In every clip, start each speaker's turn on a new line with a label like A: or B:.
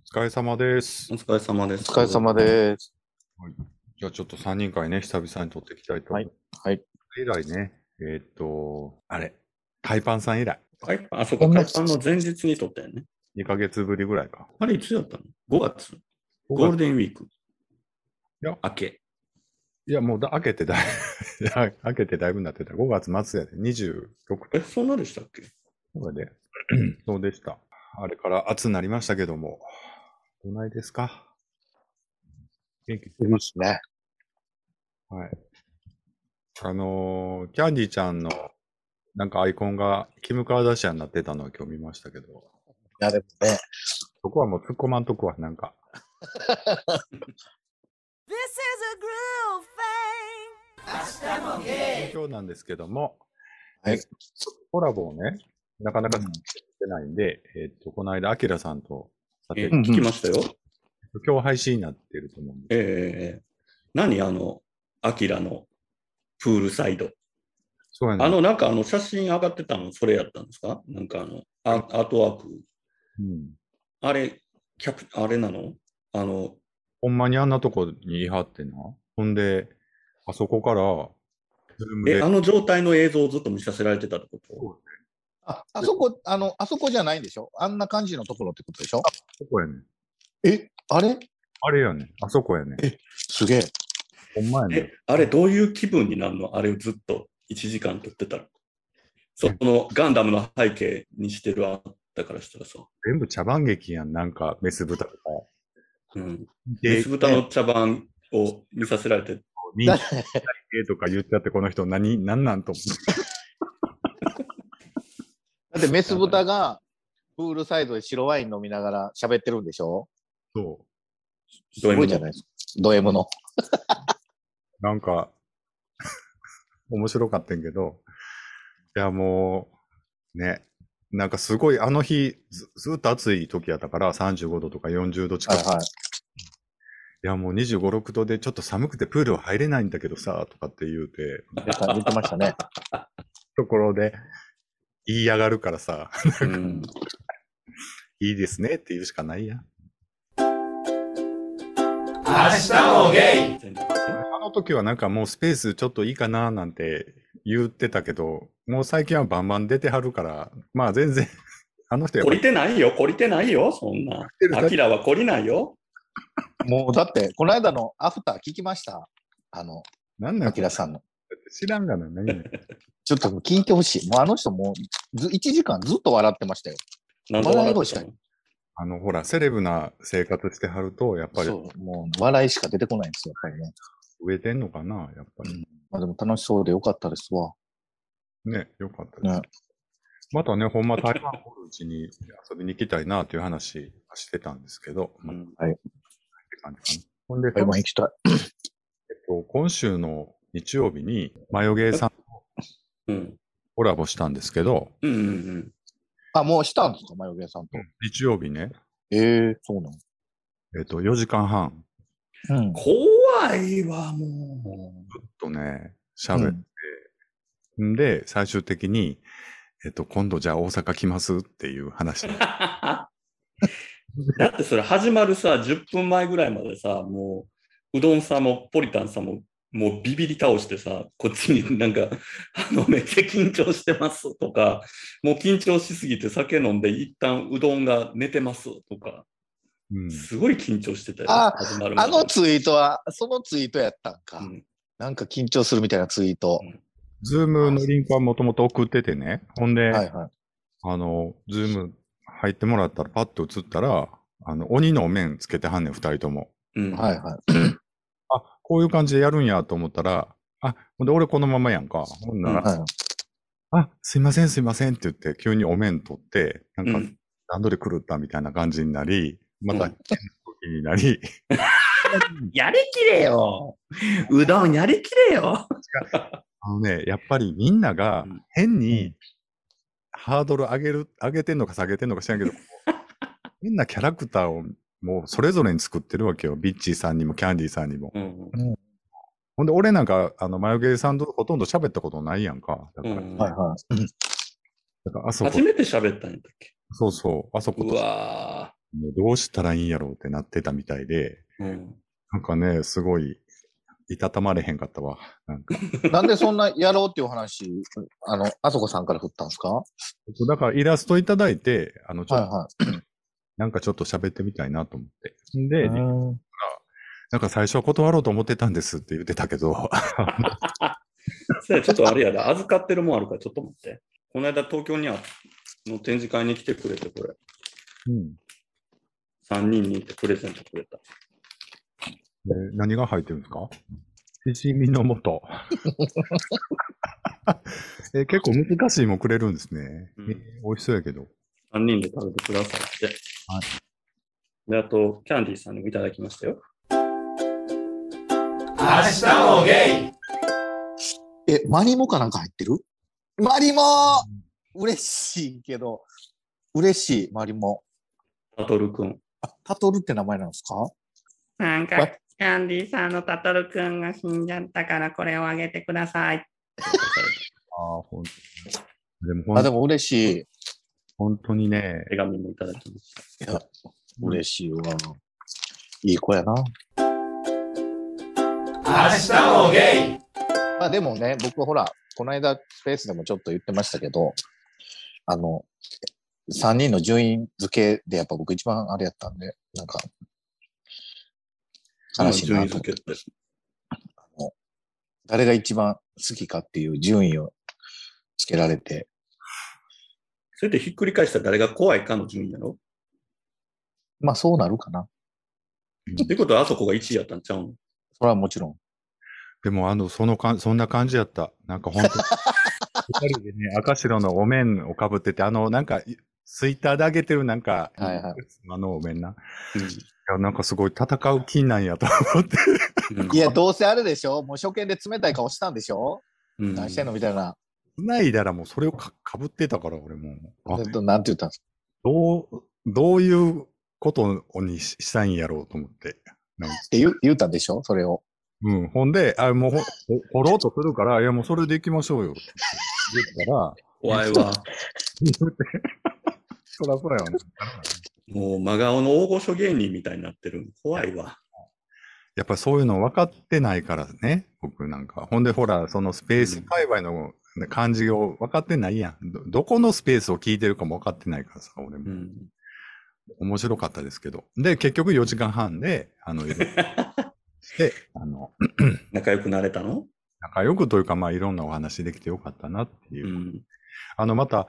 A: お疲れ様です
B: お。疲れ様です。
C: お疲れ様です。
A: じゃあちょっと3人会ね、久々に撮っていきたいと思います。
C: はい
A: 以来ね、えーっ、と、あれ、海パンさん以来、
B: 海パン。あ、そこ、
C: こんな
B: 海パンの前日に撮ったよね。
A: 2ヶ月ぶりぐらいか。
B: あれ、いつやったの ?5 月。ゴールデンウィーク。
A: や
B: 明け。
A: いや、もうだ開けて だい、開けてだいぶになってた。5月末やで、26
B: え、そんなでしたっけ
A: とか で、そうでした。あれから暑になりましたけども、どないですか元気
C: いますね。
A: はい。あのーキャンディちゃんのなんかアイコンがキム・カーダシアンになってたのは今日見ましたけど、
C: いや、でもね、
A: そこはもう突っ込まんとこはなんか。
D: This is a groove thing.
A: 今日なんですけども、
C: はい
A: えコラボをね、なかなかしてないんで、えっと、この間、アキラさんとさ
B: え
A: て、
C: ん
B: 聞きましたよ。
A: 今日配信になってると思うんで
B: ええええ何あの、アキラのプールサイド。
A: す。そうやね。
B: あの、なんかあの、写真上がってたの、それやったんですかなんかあの、アアートワーク。
A: うん、
B: あれ、キャプ、あれなのあの、
A: ほんまにあんなとこにいはってな。ほんで、あそこから、ズーム
B: え、
A: で
B: あの状態の映像をずっと見させられてたってこと
C: あ、あそこ、あの、あそこじゃないんでしょあんな感じのところってことでしょ
A: そこやね。
C: え、あれ
A: あれやね。あそこやね。
C: すげえ。
A: ほんまや
B: え
A: ね。、
B: あれどういう気分になるのあれをずっと1時間撮ってたら。そのガンダムの背景にしてるあだからしたらさ。
A: 全部茶番劇やん。なんか、メス豚とか。
B: うん。
A: で、
B: ス豚の茶番を見させられて、
A: 人気系とか言っちゃって、この人何、何なんと思って。
C: だってメス豚が、プールサイドで白ワイン飲みながら喋ってるんでしょ
A: そう。
B: ド M
C: すご
B: の
C: いじゃないですか。ド M の。
A: なんか、 面白かったんけど、いやもう、ね、なんかすごいあの日ず、ずっと暑い時やったから、35度とか40度近。
C: はい
A: い
C: いはい。
A: やもう25、6度でちょっと寒くてプールは入れないんだけどさ、とかって言うて、
C: 言ってましたね。
A: ところで、言い上がるからさ、
B: うん、
A: いいですねって言うしかないやん。あの時はなんかもうスペースちょっといいかななんて言ってたけど、もう最近はバンバン出てはるから、まあ全然、 あの人やっ
B: 懲
A: ぱ
B: りてないよ、懲りてないよ、そんな
A: てる。だけ
B: アキラは懲りないよ。
C: もうだって、この間のアフター聞きましたあの、
A: なんなん
C: アキラさんの。
A: 知らんがな、何 々
C: ちょっともう聞いてほしい。もうあの人もうず1時間ずっと笑ってましたよ。
B: なんで笑
C: 笑
B: っ
C: い声
B: て
C: したか
B: の
A: あの、ほら、セレブな生活してはると、やっぱり
C: そう。もう笑いしか出てこないんですよ、やっぱりね。
A: 植えてんのかな、やっぱり。
C: まあでも楽しそうでよかったですわ。
A: ね、よかったです。
C: ね
A: またね、ほんま台湾おるうちに遊びに行きたいなという話はしてたんですけど、まあ
B: うん
C: はい。
A: って感じかな。ほんで、
C: 今行きたい。
A: えっと今週の日曜日に、マヨゲーさんと
B: うん。
A: コラボしたんですけど、
B: うんうんうん。
C: あ、もうしたんですか、マヨゲーさんと。
A: 日曜日ね、
C: ええそうな
A: えっと、4時間半、
C: の。
B: 怖いわ、も
A: ずっとね、
C: う
A: 喋っ
C: ん。
A: て、ん、で、最終的に、えっと、今度じゃあ大阪来ますっていう話。
B: う。 だってそれ始まるさ、10分前ぐらいまでさ、もう、うどんさんもポリタンさんも、もうビビり倒してさ、こっちになんか、あの、めっちゃ緊張してますとか、もう緊張しすぎて酒飲んで、一旦うどんが寝てますとか、
A: うん
B: すごい緊張してたよ、
C: あ
B: 始まるま
C: あ
B: で
C: のツイートは、そのツイートやったんか。
B: うん
C: なんか緊張するみたいなツイート。
A: ズームのリンクはもともと送っててね。ほんで、
C: はいはい。
A: あの、ズーム入ってもらったら、パッと映ったら、あの、鬼のお面つけてはんねん、二人とも。
B: うん
C: はいはい。
A: あ、こういう感じでやるんやと思ったら、あ、ほんで俺このままやんか。ほんなら、
C: は
A: あ、すいませんすいませんって言って、急にお面取って、なん
B: う
A: か
B: ん
A: 段取り狂ったみたいな感じになり、また、
B: う
A: 変
B: ん
A: な時になり、
B: やりきれようどんやりきれよ
A: あのね、やっぱりみんなが
B: うん
A: 変にハードル上げる、上げてんのか下げてんのか知らんけど、変なキャラクターをもうそれぞれに作ってるわけよ。ビッチーさんにもキャンディーさんにも。
B: うん
A: ほんで、俺なんか、あの、マヨゲーさんとほとんど喋ったことないやんか。だ
B: う
A: から、
B: ん
C: いはいはい。
A: だからあそこ
B: 初、めて喋ったんやったっけ
A: そうそう、あそこ
B: う
A: と
B: わ
A: もうどうしたらいいんやろうってなってたみたいで、
B: うん。
A: なんかね、すごい、いたたまれへんかったわ。なんか
C: なんでそんなやろうっていうお話、あの、あそこさんから振ったんですかは
A: 僕だからイラストいただいて、あの、ち
C: い
A: ょっと、
C: は
A: なんかちょっと喋ってみたいなと思って。
C: い。
A: で、
C: うん
A: なんか最初は断ろうと思ってたんですって言ってたけど、
B: そやちょっとあれやだ、預かってるもんあるから、ちょっと待って。この間、東京にあの展示会に来てくれて、これ。
A: うん
B: 3人に行ってプレゼントくれた。
A: で何が入ってるんです かしじみの素。 え結構難しいもんくれるんですね。
B: うん
A: え美味しそうやけど。
B: 3人で食べてくださいって。。
A: はい
B: で、あと、キャンディーさんにもいただきましたよ。
E: もゲイ
C: え、マリモかなんか入ってるマリモ嬉しいけど、嬉しい、マリモ。
B: タトルくん。
C: あ、タトルって名前なんですか
F: なん
C: わ
F: か、キャンディーさんのタトルくんが死んじゃったから、これをあげてください。
A: ああ、ほんとでもほ
C: あ、
A: ん
C: でも嬉しい。
A: 本当にね、
B: 手紙もいただきました。
C: 嬉しいわ。いい子やな。
E: 明日もゲイ
C: まあでもね、僕ほら、この間スペースでもちょっと言ってましたけど、あの、3人の順位付けでやっぱ僕一番あれやったんで、なんか、悲しい
B: 順
C: な
B: 位
C: と
B: 付けって。
C: 誰が一番好きかっていう順位をつけられて、
B: それでひっくり返したら誰が怖いかの順位やろ
C: まあそうなるかな。
B: ってことは、あそこが1位やったんちゃうの
C: それはもちろん。
A: でもあの、そのかん、そんな感じやった。なんかほんとに。 二人でね、赤白のお面をかぶってて、あの、なんか、いツイッターで上げてるなんか、
C: はいはい
A: あのお面な。いや、なんかすごい戦う気なんやと思って。
B: うん
C: いや、、 どうせあれでしょもう初見で冷たい顔したんでしょ
B: うん
C: 何してんのみたいな。
A: ないだらもうそれをかかぶってたから、俺も。あ
C: えっとなんて言ったんですか
A: どう、どういうことにししたいんやろうと思って。
C: って言う言ったんでしょそれを。
A: うん。ほんで、あ、もうほ、ほ掘ろうとするから、いや、もうそれで行きましょうよ。って言ったら、
B: 怖いわ。
A: そらそらやね。
B: もう真顔の大御所芸人みたいになってる。怖いわ。
A: やっぱそういうの分かってないからね、僕なんか。ほんで、ほら、そのスペース界隈の感じを分かってないやん。どどこのスペースを聞いてるかも分かってないからさ、俺
B: う
A: も。
B: ん。
A: 面白かったですけど。で、結局4時間半で、あの、い ろいろして、あの、
B: 仲良くなれたの
A: 仲良くというか、まあ、いろんなお話できてよかったなっていうう。
B: ん。
A: あの、また、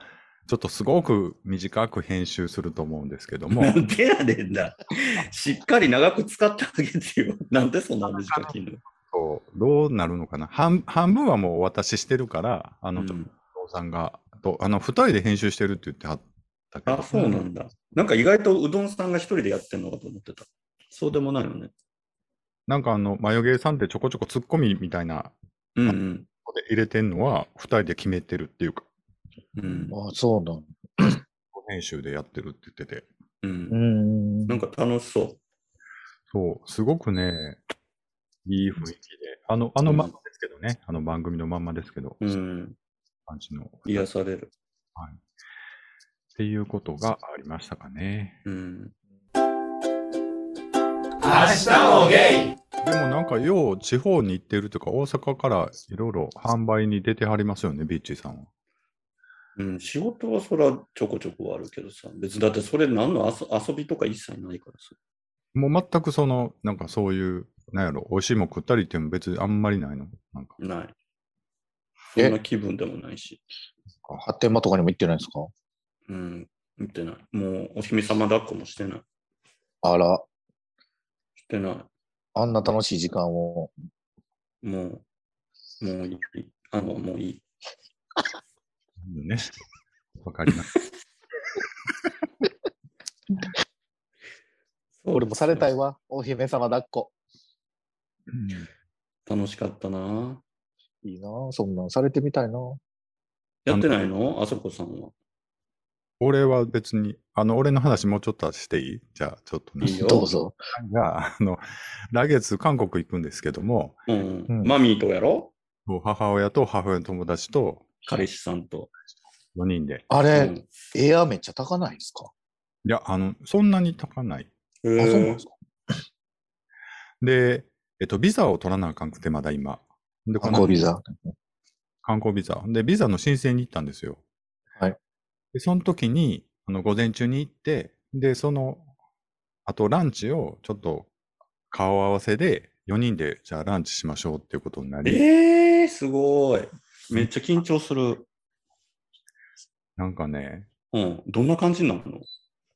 A: ちょっとすごく短く編集すると思うんですけども
B: な、んでやねんだ。しっかり長く使ってあげてよ。なんでそんな短きの。
A: こうどうなるのかな半半分はもうお渡ししてるから、あ
B: う
A: の、ちょっ
B: ん
A: とお父さんが、とあの、二人で編集してるって言ってはったけど、
B: あ、そうなんだ。なんか意外とうどんさんが一人でやってんのかと思ってた。そうでもないよね。
A: なんかあの、マヨゲーさんってちょこちょこツッコミみたいな
B: うんうん。
A: ので入れてんのは、二人で決めてるっていうか、
B: うん
C: あそうなん
A: 編集でやってるって言ってて、
B: うん
C: うん
B: なんか楽しそう。
A: そう、すごくね、いい雰囲気で、あの、あのまんまですけどね、あの番組のまんまですけど、
B: うん。
A: 感じの。
B: 癒される。
A: はい。っていうことがありましたかね。
B: うん。
E: 明日もゲイ
A: でもなんか、よう地方に行ってるというか、大阪からいろいろ販売に出てはりますよね、ビーチーさんは。
B: うん、仕事はそらちょこちょこはあるけどさ、別にだってそれ何の遊遊びとか一切ないからさ。
A: もう全くその、なんかそういう、なんやろ、美味しいもん食ったりっていうの別にあんまりないの。なんか、
B: ない。
C: え
B: そんな気分でもないし。
C: 発展場とかにも行ってないんですか
B: うん。見てない。もうお姫様抱っこもしてない。
C: あら、
B: してない。
C: あんな楽しい時間を。
B: もう、もういい。あの、もういい。
A: ね。 わかります。
C: 俺もされたいわ。お姫様抱っこ。
B: 楽しかったな。
C: いいなあそんなんされてみたいな
B: やってないのあそこさんは。
A: 俺は別に、あの、俺の話もうちょっとしていいじゃあ、ちょっとね。
B: いいよ
C: どうぞ。
A: じゃあ、あの、来月韓国行くんですけども、
B: うん、
C: うん
B: マミーとやろ
A: 母親と母親の友達と
B: 彼氏さんと。
A: 4人で。
C: あれ、
B: うん
C: エアめっちゃ高ないですか
A: いや、あの、そんなに高ない。
B: え
C: あ、そうなんですか。
A: で、えっと、ビザを取らなあかんくて、まだ今。で、こ
C: 観
A: の
C: 光ビザ。
A: 観光ビザ。で、ビザの申請に行ったんですよ。
C: はい。
A: で、その時に、あの、午前中に行って、で、その、あとランチを、ちょっと、顔合わせで、4人で、じゃあランチしましょうっていうことになり、
B: えー、すごい。めっちゃ緊張する。
A: なんかね、
B: うん。どんな感じになるの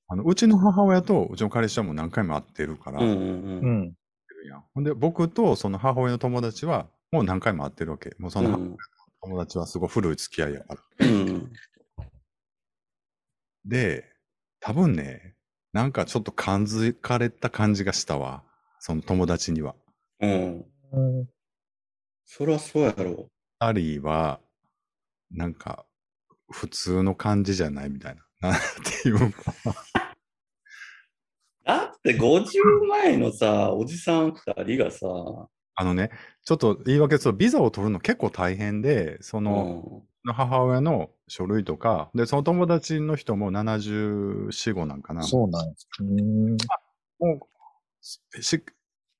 A: あの、うちの母親と、うちの彼氏はもう何回も会ってるから、
B: うん
A: 会っ
B: うん
C: う
B: うん。
C: ん。
A: てるやん。ほんで、僕と、その母親の友達は、もう何回も会ってるわけ。もうその
B: うん
A: 友達はすごい古い付き合いやから。
B: うん。
A: で、多分ね、なんかちょっと感づかれた感じがしたわ。その友達には。
B: うん。
C: うん
B: そりゃそうやろ。
A: 二人は、なんか、普通の感じじゃないみたいな。 なんていうのか。
B: だって50前のさ、おじさん2人がさ、
A: あのね、ちょっと言い訳すると、ビザを取るの結構大変で、その、母親の書類とか、で、その友達の人も74、5なんかな。
C: そうなんです。うん
A: もう、し、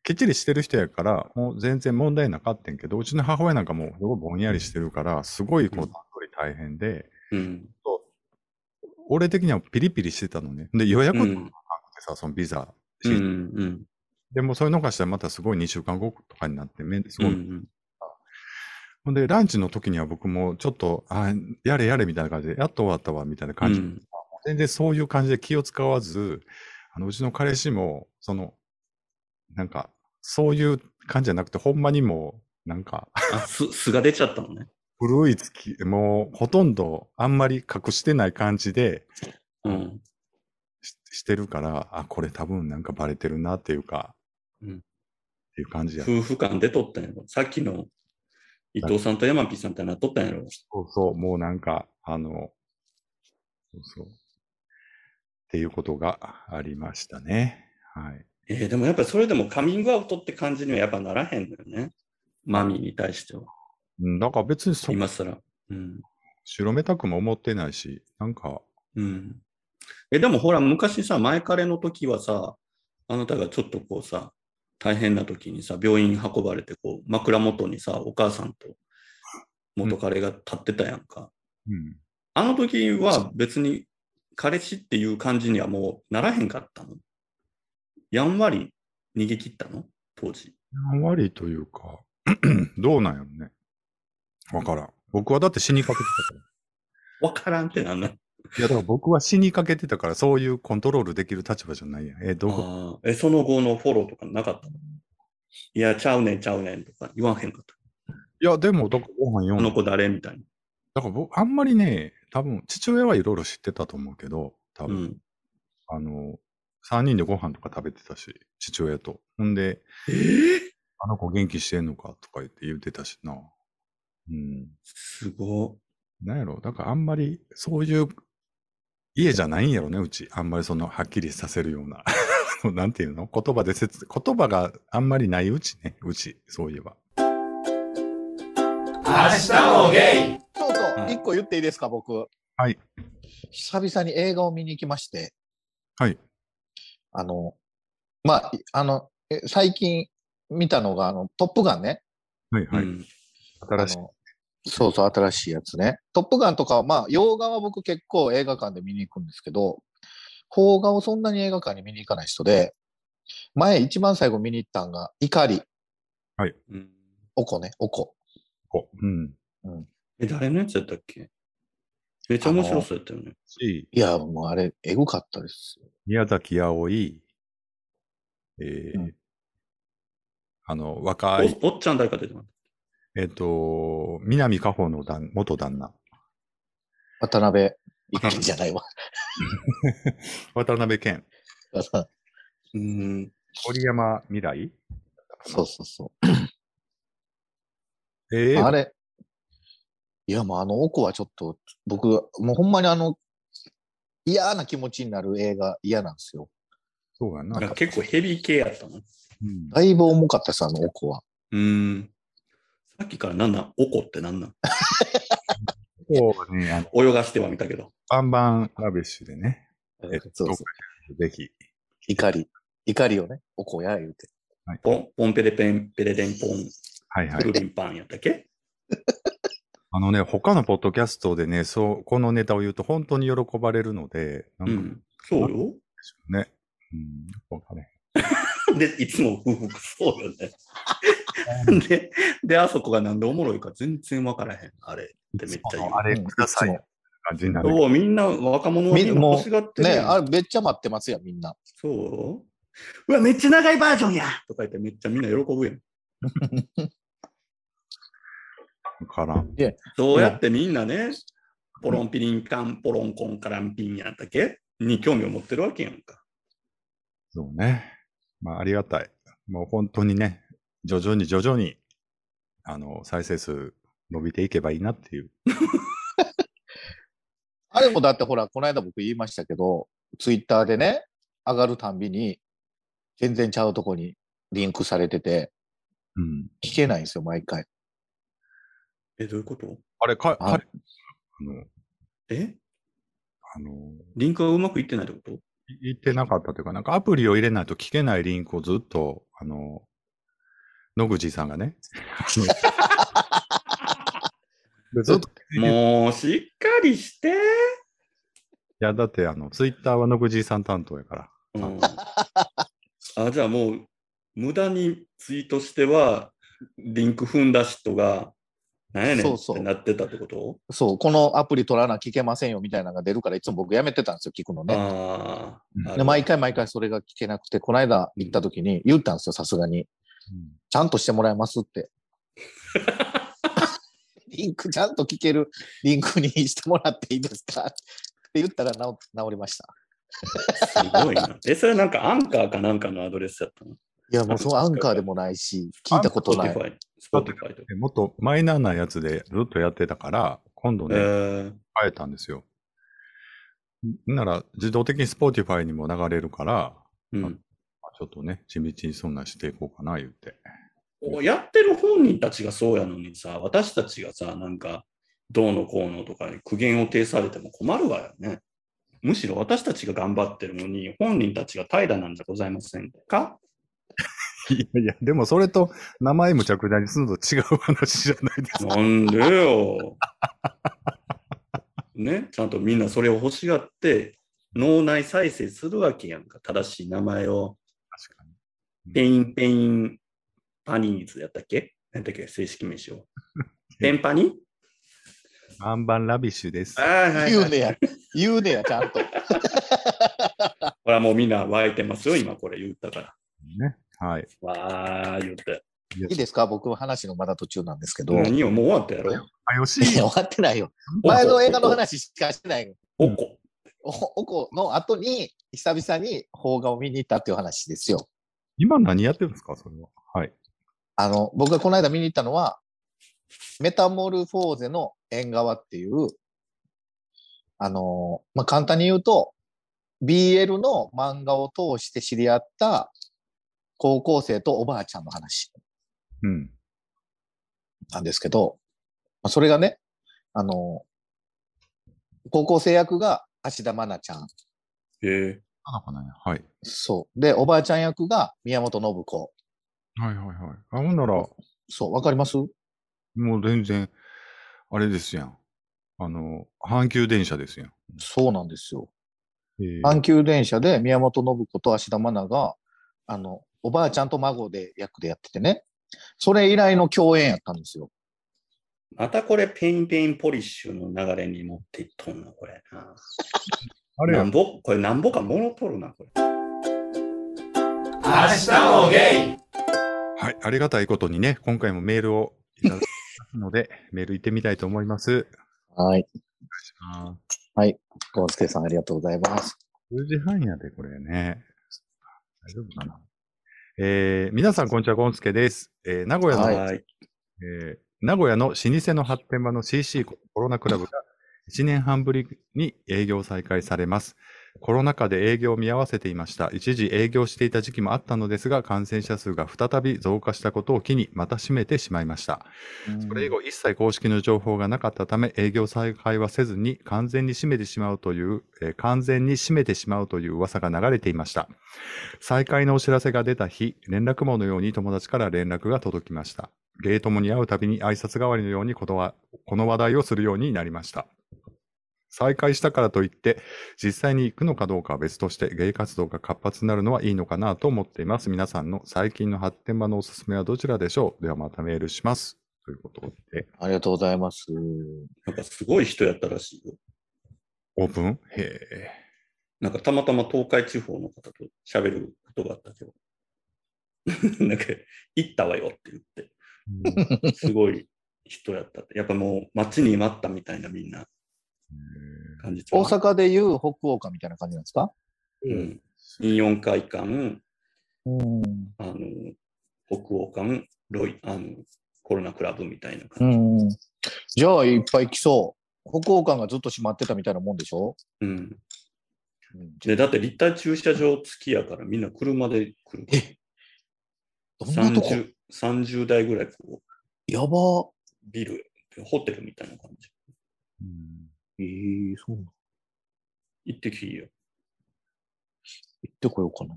A: きっちりしてる人やから、もう全然問題なかったんけど、うちの母親なんかもうすごいぼんやりしてるから、すごいこう、
B: うん
A: 段取り大変で、
B: うん。
A: 俺的にはピリピリしてたのね。で、予約
B: う
A: 取って
B: ん。
A: さ、そのビザ。
B: うん。うん。
A: でも、そういうのがしたらまたすごい2週間後とかになって、めす
B: う
A: ごい。
B: ん。
A: ほんで、ランチの時には僕もちょっと、あやれやれみたいな感じで、やっと終わったわ、みたいな
B: う
A: 感じ。
B: ん。
A: 全然そういう感じで気を使わず、あの、うちの彼氏も、その、なんか、そういう感じじゃなくて、ほんまにもう、なんか、
B: あ、す、素が出ちゃったのね。
A: 古い月、もうほとんどあんまり隠してない感じで
B: うん。
A: ししてるから、あ、これ多分なんかバレてるなっていうか、
B: うん
A: っていう感じや。
B: 夫婦間出とったんやろ。さっきの伊藤さんと山ピーさんってなっとったんやろ。
A: そうそう、もうなんか、あの、そうそう。っていうことがありましたね。はい。
B: えー、でもやっぱりそれでもカミングアウトって感じにはやっぱならへんのよね。マミーに対しては。
A: うん、なんか別にそ
B: 今更。うん。
A: 白目たくも思ってないし、なんか、
B: うん。え、でもほら、昔さ、前彼の時はさ、あなたがちょっとこうさ、大変な時にさ、病院に運ばれて、こう、枕元にさ、お母さんと元彼が立ってたやんか。
A: うん。
B: あの時は別に彼氏っていう感じにはもうならへんかったのやんわり逃げ切ったの当時。
A: やんわりというか、 どうなんやろね。わからん。僕はだって死にかけてたから。
B: わからんってなんない。
A: いや、だから僕は死にかけてたから、そういうコントロールできる立場じゃないやん。え、どこ
B: あ あえ、その後のフォローとかなかったのいや、ちゃうねん、ちゃうねんとか言わへんかった。
A: いや、でも、だからご飯
B: こ
A: 4
B: の子誰みたい
A: だから僕、あんまりね、多分、父親はいろいろ知ってたと思うけど、多
B: な。
A: 分、
B: うん。
A: あの、3人でご飯とか食べてたし、父親と。ほんで、
B: えー
A: あの子元気してんのかとか言って言ってたしな。うん。
B: すご
A: なんやろ、だからあんまり、そういう家じゃないんやろね、うち。あんまりその、はっきりさせるような。 あのなんていうの言葉で説、言葉があんまりないうちね、うち、そういえば。
E: 明日もゲイ
C: ちょっ
B: は
C: と、
B: い
C: 一個言っていいですか、僕。
A: はい。
C: 久々に映画を見に行きまして。
A: はい。
C: あの、まあ、いあの、え最近見たのが、あの、トップガンね。
A: はい
B: い。
A: はい。
B: うん
A: 新しい
C: あ。のそうそう、新しいやつね。トップガンとかは、まあ、洋画は僕結構映画館で見に行くんですけど、邦画をそんなに映画館に見に行かない人で、前一番最後見に行ったんが、怒り、
B: うん
C: おこね、おこ。
A: こう。うん。
B: え、誰のやつやったっけめっちゃ面白そうやったよね。
A: し、
C: いや、もうあれ、エグかったです。
A: 宮崎葵、えー
C: うん
A: あの、若い、
B: おおっちゃん誰か出てます。
A: えっ、と、南加穂の旦元旦那、
C: 渡辺、怒りじゃないわ。
A: 渡辺謙、
B: うん。
A: 堀山未来
C: そうそうそ
A: え
C: う。
A: え
C: あれ、いや、もうあの、おこはちょっと、僕、もうほんまにあの、嫌な気持ちになる映画嫌なんですよ。
A: そうやな。
B: なんか結構ヘビー系やったの。
A: うん
C: だいぶ重かったです、あの、おこは。
B: うん。さっきからなんなんおこってなんなん
A: こうね、あの
B: 泳がしては見たけど。
A: バンバンラビッシュでね、えっ
C: そ
A: と
C: うそう。
A: ぜひ。
C: 怒り。怒りをね、おこや言うて。
B: ポン、ポンペレペン、ペレレンポン、
A: はいは
B: プル
A: い。
B: リンパンやったっけ
A: あのね、他のポッドキャストでね、そう、このネタを言うと本当に喜ばれるので、な
B: うん
A: か
B: ん。そうよ。
A: ね、うん、わかれへん。
B: で、いつも、うんそうよね。で、で、あそこがなんでおもろいか全然わからへん。あれってめっちゃ言う
A: あれください
C: うん
A: っ
C: い
A: て感じになる。
B: そう、みんな若者はみんな欲しがっ
C: つ
B: て
C: も
B: る
C: ね、
B: やん。
C: あれめっちゃ待ってますよ、みんな。
B: そううわ、めっちゃ長いバージョンやとか言ってめっちゃみんな喜ぶやん。
A: わからん。
B: そうやってみんなね、ポロンピリンカン、ポロンコンカランピンやったっけに興味を持ってるわけやんか。
A: そうね。まあ、ありがたい。もう本当にね、徐々に徐々に、あの、再生数伸びていけばいいなっていう。
C: あれもだってほら、この間僕言いましたけど、ツイッターでね、上がるたんびに、全然ちゃうとこにリンクされてて、
A: うん。
C: 聞けないんですよ、毎回。
B: え、どういうこと
A: あれ、か、
C: あ
A: 彼、あの、
B: え
A: あの、
B: リンクがうまくいってないってこと
A: 言ってなかったというか、なんかアプリを入れないと聞けないリンクをずっと、あの、野口さんがね、 でずっと、
B: もう、しっかりして。
A: いや、だって、あの、ツイッターは野口さん担当やから。
B: うん、あじゃあもう、無駄にツイートしては、リンク踏んだ人が、なんやねん
C: そう
B: っ
C: そう
B: てなってたってこと
C: そう、このアプリ取らな聞けませんよみたいなのが出るから、いつも僕やめてたんですよ、聞くのね。
B: あ
A: うん
B: あ。
C: で毎回毎回それが聞けなくて、この間行った時に言ったんですよ、さすがに。ちゃんとしてもらえますって。リンク、ちゃんと聞けるリンクにしてもらっていいですかって言ったら直治りました。
B: すごいな。 え、それなんかアンカーかなんかのアドレスやったの
C: いや、もうそのアンカーでもないし、聞いたことない。
B: ?Spotify。Spotify とか。
A: でもっとマイナーなやつでずっとやってたから、今度
B: え
A: ね、
B: ー、
A: 変えたんですよ。んなら、自動的に Spotify にも流れるから、
B: うん。
A: まあちょっとね、地道にそんなんしていこうかな、言って。
B: おやってる本人たちがそうやのにさ、私たちがさ、なんか、どうのこうのとかに苦言を呈されても困るわよね。むしろ私たちが頑張ってるのに、本人たちが怠惰なんじゃございませんか
A: いやいや、でもそれと名前むちゃくちゃにするのと違う話じゃないですか。
B: なんでよ。ね、ちゃんとみんなそれを欲しがって、脳内再生するわけやんか。正しい名前を。
A: 確かに。
B: ペインペインパニーズやったっけ何だっけ正式名称。ペンパニ
A: アンバンラビッシュです
B: あ。あ、はい、
C: 言
B: は
C: う
B: い。
C: ねや、言うねや、ちゃんと。
B: ほら、もうみんな湧いてますよ、今これ言ったから。
A: ね。はい。
B: わあ、言って。
C: いいですか僕、話のまだ途中なんですけど。い
B: 何をもう終わったやろ。
A: あ、よし
C: や、終わってないよ。前の映画の話しかしてないの。
B: おこ。
C: おおこの後に、久々に邦画を見に行ったっていう話ですよ。
A: 今何やってるんですか、それは。はい。
C: あの、僕がこの間見に行ったのは、メタモルフォーゼの縁側っていう、あの、まあ、簡単に言うと、BL の漫画を通して知り合った高校生とおばあちゃんの話。
A: うん。
C: なんですけど、まあそれがね、あの、高校生役が橋田愛菜ちゃん。
B: へえ。
A: なのかなはい。
C: そう。で、おばあちゃん役が宮本信子。
A: はいはいはい。あ、ほんなら、も
C: そう、わかります
A: う全然、あれですやん。あの、阪急電車ですやん。
C: そうなんですよ。
A: えー
C: 阪急電車で宮本信子と芦田愛菜が、あの、おばあちゃんと孫で役でやっててね。それ以来の共演やったんですよ。
B: またこれ、ペインペインポリッシュの流れに持っていっとんの、これな。
A: あれや
B: なんんぼ、これなんぼかモノポルな、これ。
E: 明日もゲイ
A: はい、ありがたいことにね、今回もメールをいただきますの で、メール行ってみたいと思います。
C: はい。
A: あ
C: ゴンスケさんありがとうございます。
A: ー10時半やで、これね。大丈夫かな。えー、皆さん、こんにちは、ゴンスケです。えー、名古屋の、
C: はい
B: はい。
A: えー名古屋の老舗の発展場の CC コロナクラブが1年半ぶりに営業再開されます。コロナ禍で営業を見合わせていました。一時営業していた時期もあったのですが、感染者数が再び増加したことを機に、また閉めてしまいました。それ以後、一切公式の情報がなかったため、営業再開はせずに、完全に閉めてしまうという、えー完全に閉めてしまうという噂が流れていました。再開のお知らせが出た日、連絡網のように友達から連絡が届きました。ゲートもに会うたびに挨拶代わりのようにことわこの話題をするようになりました。再開したからといって、実際に行くのかどうかは別として、ゲイ活動が活発になるのはいいのかなと思っています。皆さんの最近の発展場のおすすめはどちらでしょうではまたメールします。ということで、
C: ありがとうございます。
B: なんかすごい人やったらしいよ。
A: オープンへえ。
B: なんかたまたま東海地方の方と喋ることがあったけど、 なんか行ったわよって言って。すごい人やったって。やっぱもう待ちに待ったみたいなみんな感じちゃう
C: 大阪でいう北欧館みたいな感じなんですか
B: うん。24会館、
C: うん。
B: あの、北欧館、ロイ、あの、コロナクラブみたいな
C: う
B: 感じ。
C: ん。じゃあ、いっぱい来そう。北欧館がずっと閉まってたみたいなもんでしょ
B: うん。
C: うん
B: で、だって立体駐車場付きやからみんな車で来る。
C: えどんなとこ
B: ?30、30台ぐらいこう、
C: やば。
B: ビル、ホテルみたいな感じ。
C: ええそうなの
B: 行ってきいよ。
C: 行ってこようかな。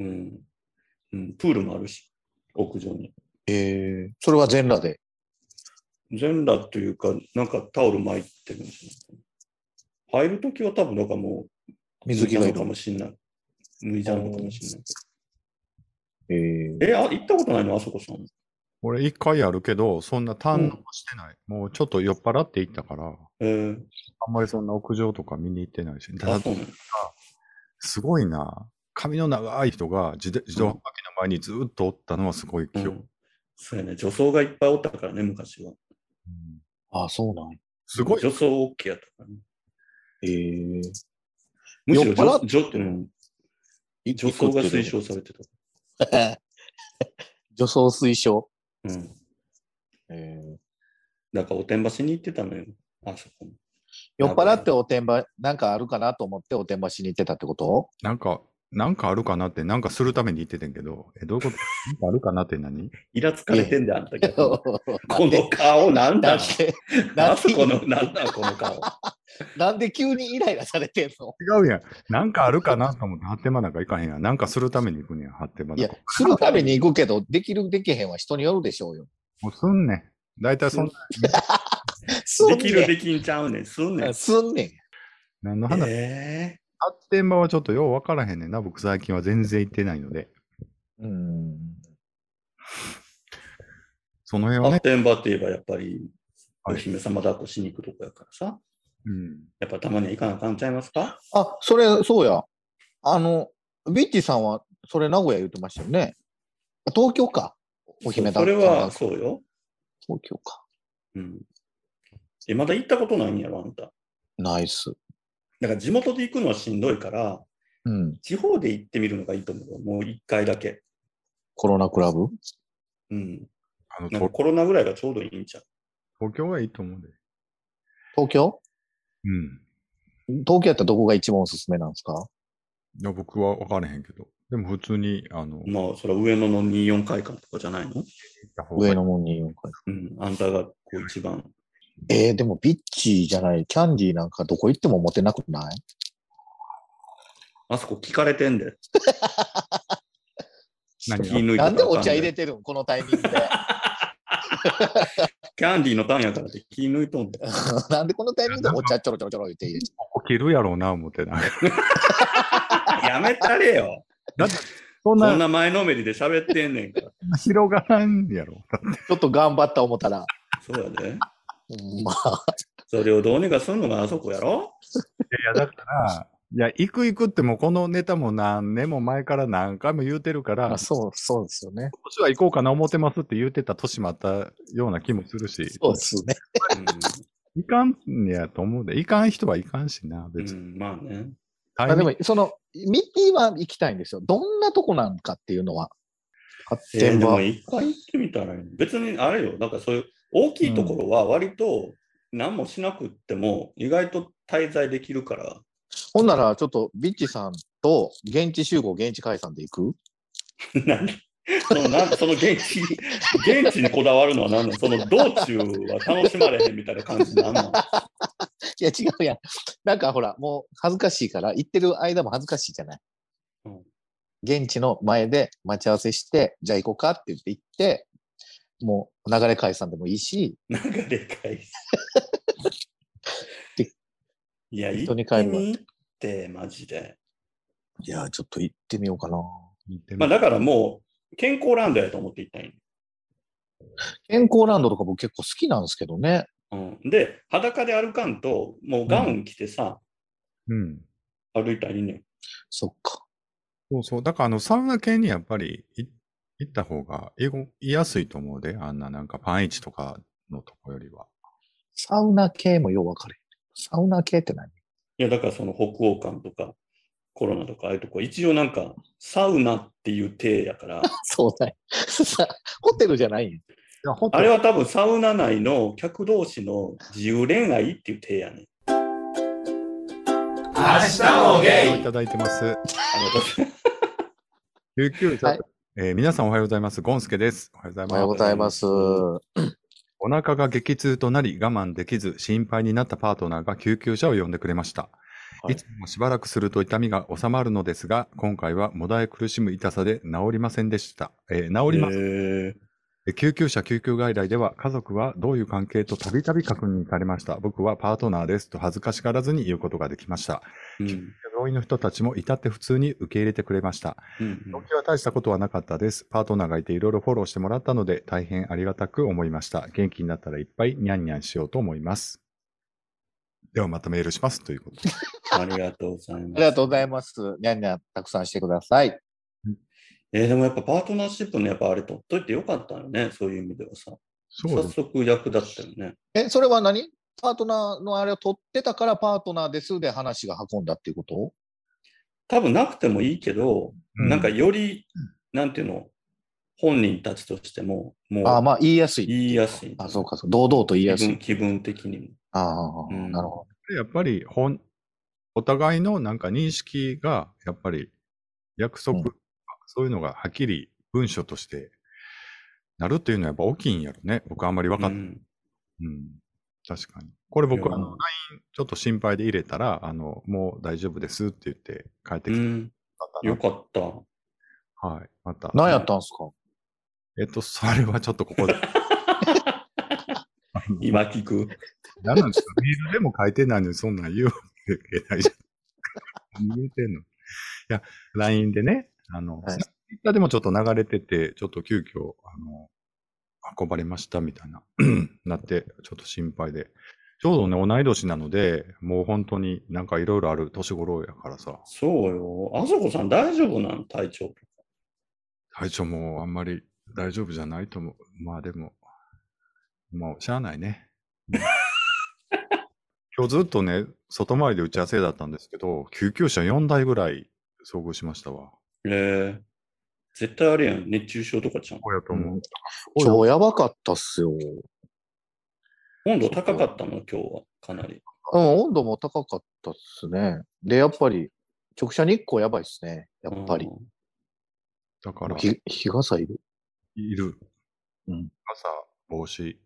B: うん。うん、プールもあるし、屋上に。
C: ええそれは全裸で。
B: 全裸というか、なんかタオル巻いてるんですよ。入るときは多分なんかもう、
C: 水着がい
B: 脱い
C: る
B: だのかもしんない。脱いじゃうのかもしんない
C: ええ
B: けど。え、あ、行ったことないのあそこさん。
A: 俺一回あるけど、そんな堪能はしてない。もうちょっと酔っ払って行ったから、
B: えー、
A: あんまりそんな屋上とか見に行ってないし。た
B: あ、
A: だ
B: そうなの
A: すごいな。髪の長い人が自で自動販売機の前にずっとおったのはすごい記
B: う
A: 憶。
B: ん。そうやね。女装がいっぱいおったからね、昔は。
A: うん
C: ああ、そうなんや
A: すごい。
B: 女装 OK やったからね。
C: ええ
B: むしろ
C: 酔っ払っ
B: 女女うん
C: い
B: 女装が推奨されてた。
C: 女装推奨。
B: うん。
C: ええ
B: だからおてんばしに行ってたのよ。あそこも。
C: 酔っ払っておてんば、なんかあるかなと思っておてんばしに行ってたってこと
A: なんか、なんかあるかなって、なんかするために言っててんけど、え、どういうことなんかあるかなって何
B: イラつかれてんだよ、あんたけど。 こ
C: こ
B: の顔なんだ
C: なんで、な
B: あ
C: ん
B: そこ
C: で、
B: の、なんだこの顔。
C: なんで急にイライラされてん の
A: 違うやん。なんかあるかなと思って、発展場なんか行かへんやん。なんかするために行くねやん、発展場
C: い
A: なん
C: や
A: か。、
C: するために行くけど、できる、できへんは人によるでしょうよ。
A: もうすんねん。大体そんな、
C: すんね
B: で
C: ん
B: きるできんちゃうねん、すんねん。
C: すんねん。
A: 何の話、
B: え
A: 発展場はちょっとよう分からへんねんな。僕最近は全然行ってないので。
C: うん。
A: その辺
B: ー、
A: は
B: 発
A: ね、
B: 展場って言えばやっぱり、
A: は
B: お
A: い
B: 姫様抱っこしに行くとこやからさ。
A: うん。
B: やっぱたまには行かなあかんちゃいますか
C: あ、それ、そうや。あの、ビッチさんは、それ名古屋言ってましたよね。あ東京か。お姫
B: そう
C: だ
B: それは、そうよ。
C: 東京か。
B: うん。え、まだ行ったことないんやろ、あんた。
C: ナイス。
B: だから地元で行くのはしんどいから、
C: うん。
B: 地方で行ってみるのがいいと思うよ。もう一回だけ。
C: コロナクラブ
B: うん。
A: あの、
B: なんか
A: 東
B: コロナぐらいがちょうどいいんちゃう
A: 東京がいいと思うで。
C: 東京
A: うん。
C: 東京やったらどこが一番おすすめなんですか
A: いや、僕は分からへんけど。でも普通に、あの、行っ
B: まあ、それは上野の24会館とかじゃないの
A: た方がい
C: 上
A: い。
C: の門に4回。
B: うん。あんたがこう一番。
C: えー、でもビッチじゃない、キャンディーなんかどこ行ってもモテなくない
B: あそこ聞かれてんで。
A: 何
B: 気抜いたら
C: なんでお
B: あか
C: 茶入れてるんこのタイミングで。
B: キャンディーのターンやからって気抜いとんで。
C: なんでこのタイミングでお茶ちょろちょろちょろ言っていい
A: 起きるやろうな、思ってな。
B: やめたれよ。
A: そん
B: こん
A: な
B: な前のめりで喋ってんねんから。
A: 広がらんやろ。
C: ちょっと頑張った思ったら。
B: そうやで。
C: うんまあ、
B: それをどうにかすんのがあそこやろ
A: いや、だから、いや、行く行くってもうこのネタも何年も前から何回も言うてるから、
C: まあ
A: 今
C: そう、そうですよね。
A: 年は行こうかな思ってますって言うてた年もあったような気もするし、
C: そうですね。
B: う
A: 行かんねやと思うで、行かん人は行かんしな、
B: ん。う
A: 別に。
B: ん、まあね。
A: タイ
C: ま
A: ミ
C: あ、で
A: ング
C: も、その、ミッティは行きたいんですよ。どんなとこなんかっていうのは。発
B: えー
C: 展
B: で
C: 場
B: も。一回行ってみたらいいの別にあれよ、なんかそういう大きいところは割と何もしなくっても意外と滞在できるから、
C: ほんなら、ちょっと、ビッチさんと、現地集合、現地解散で行く
B: なんそのなんその現地、 現地にこだわるのは何なのその道中は楽しまれへんみたいな感じなんなの
C: いや、違うやん。なんかほら、もう恥ずかしいから、行ってる間も恥ずかしいじゃない。
B: うん
C: 現地の前で待ち合わせして、じゃあ行こうかって言って行って、もう流れ解散でもいいし、
B: 流れ返す
C: で。
B: いや、
C: 本
B: 行
C: 当に
B: っ
C: 帰るわ
B: てみって、マジで。
C: いや、ちょっと行ってみようかな。
A: 行ってみ
B: まあ、だからもう、健康ランドやと思って行ったんよ
C: 健康ランドとか僕結構好きなんですけどね。
B: うん、で、裸で歩かんと、もうガウン着てさ、
A: うん。
B: 歩いたらいいねん。
C: そっか。
A: そうそう。だから、あの、サウナ系にやっぱりい行った方が英語言いやすいと思うで、あんななんかパンイチとかのとこよりは。
C: サウナ系もよう分かれへん。サウナ系って何
B: いや、だからその北欧館とか、コロナとか、ああいうとこ、一応なんか、サウナっていう体や から、
C: そうだよ。さホテルじゃないんや
A: いや、ほ
B: あれは多分サウナ内の客同士の自由恋愛っていう体やねん。
E: 明日もゲイ
A: いただいてます。
B: あの 私
A: 19ちょっと
C: はい
A: えー皆さんおはようございます。ゴンスケです。おはようござい
C: お
A: ま
C: は
A: す。
C: ようございます。
A: お腹が激痛となり我慢できず心配になったパートナーが救急車を呼んでくれました。、
C: はいい
A: つもしばらくすると痛みが収まるのですが、今回はもだえ苦しむ痛さで治りませんでした。えー治ります。
B: へー
A: えー救急車救急外来では家族はどういう関係とたびたび確認されました。僕はパートナーですと恥ずかしがらずに言うことができました。
B: うん
A: 病院の人たちも至って普通に受け入れてくれました。
B: うん
A: 動機は大したことはなかったです。パートナーがいていろいろフォローしてもらったので大変ありがたく思いました。元気になったらいっぱいニャンニャンしようと思います。ではまたメールしますということで。
B: ありがとうございます。
C: ありがとうございます。にゃんにゃんたくさんしてください。
B: えーでもやっぱパートナーシップのやっぱあれ取っといてよかったよね、そういう意味ではさ。
A: そうで
B: 早
A: す。
B: 速役立ったよね。
C: え、それは何パートナーのあれを取ってたからパートナーですで話が運んだっていうこと
B: 多分なくてもいいけ
A: う
B: ど、
A: ん
B: なんかより、なんていうの、本人たちとしても、もう
C: ああ、まあ言いやすい。
B: 言いやすい。
C: あそうか、そう堂々と言いやす
B: 気
C: い
B: 分。気分的にも。
C: ああ、
B: うん
C: なるほ
A: やっぱり本、お互いのなんか認識が、やっぱり約束、
C: うん
A: そういうのがはっきり文書としてなるっていうのはやっぱ大きいんやろね。僕あんまり分かって、
B: うん
A: うん、確かに。これ僕、
B: いや
A: あの、LINE ちょっと心配で入れたら、あの、もう大丈夫ですって言って帰って
B: う
A: きて
B: ん、よかった。
A: はい。また。
C: ど。何やったんすか
A: えっと、それはちょっとここで。
B: 今聞く。
A: 何なんですかメールでも書いてないのにそんなん言うわけないじゃん。何言うてんのい や、LINE でね、あの、
C: はい
A: Twitter でもちょっと流れてて、ちょっと急遽、あの、運ばれましたみたいな、 なって、ちょっと心配で。ちょうどね、同い年なので、もう本当になんかいろいろある年頃やからさ、
B: そうよ。あそこさん大丈夫なん体調。
A: 体調もあんまり大丈夫じゃないと思う。まあでも、まあ、しゃあない ね。今日ずっとね、外回りで打ち合わせだったんですけど、救急車4台ぐらい遭遇しましたわ。
B: えー絶対あれやん。熱中症とかちゃん。
A: こうやと思う。
C: うん
A: おい
C: 今日やばかったっすよ。
B: 温度高かったの、今日は。かなり。
C: うん、温度も高かったっすね。で、やっぱり、直射日光やばいっすね。やっぱり
B: う。ん
A: だから、い
C: 日日傘いる。
A: る。
C: うん
A: 傘、帽子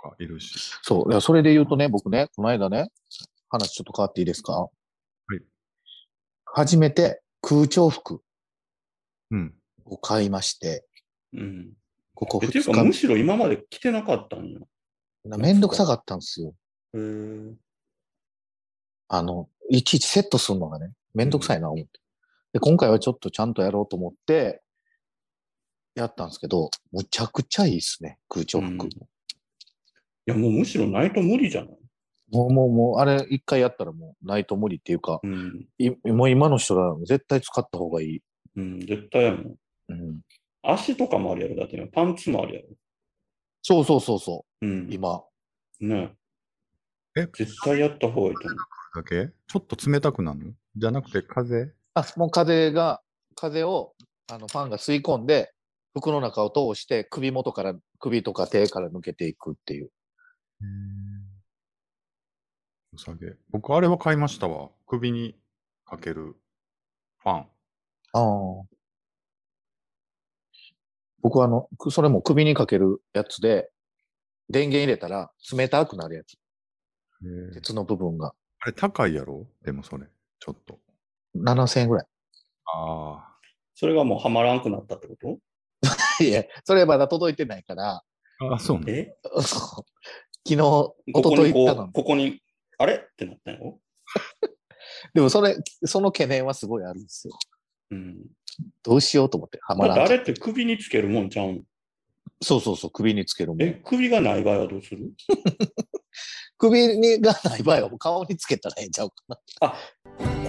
A: とかいるし。。
C: そう。だからそれで言うとね、僕ね、この間ね、話ちょっと変わっていいですかはい初めて空調服
A: うん。
C: を買いまして、
B: うん。
C: ここ
B: え
C: 2
B: っていう
C: 日
B: か、むしろ今まで来てなかったんや。
C: なめんどくさかったんですよ。
B: えー
C: あの、いちいちセットするのがね、めんどくさいな、思って。で、今回はちょっとちゃんとやろうと思って、やったんですけど、むちゃくちゃいいですね、空調服。
B: うんいや、もうむしろないと無理じゃない。
C: もう、もう、もう、あれ、一回やったらもう、ないと無理っていうか、
B: うん。
C: いもう今の人ら絶対使った方がいい。
B: うん、絶対やもん。
C: うん。
B: 足とかもあるやろ。だってね、パンツもあるやろ。
C: そうそうそうそうう、
B: ん。
C: 今。
B: ね。
A: え
B: 絶対やった方がいいと思う。
A: だけちょっと冷たくなるのじゃなくて風
C: あ、もう風が、風を、あの、ファンが吸い込んで、服の中を通して、首元から、首とか手から抜けていくっていう。
A: 良さげ。僕、あれは買いましたわ。首にかけるファン。
C: ああ。僕はあの、くそれも首にかけるやつで、電源入れたら冷たくなるやつ。
A: へえ
C: 鉄の部分が。
A: あれ、高いやろでもそれ、ちょっと。
C: 7000円ぐら
A: あ
B: それがもうはまらんくなったってこと
C: い。 いや、それまだ届いてないから、
A: あ。あそうね。
B: え
C: そう昨日、一
B: ここ
C: 昨
B: に
C: 日
B: こ
C: 行ったの
B: う、。ここに、あれってなったよ。
C: でもそれ、その懸念はすごいあるんですよ。
B: うん。
C: どうしようと思って、はま
B: だって
C: ら
B: あれ
C: ん。
B: って首につけるもんちゃうん。
C: そうそうそう、首につけるも
B: え
C: ん。、
B: 首がない場合はどうする
C: 首にがない場合はもう顔につけたらええんちゃうかな。
B: あ、
C: こ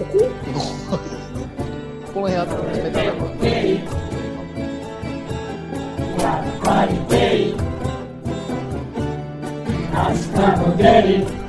C: こ この辺あったら冷たい。
G: Hasta luego.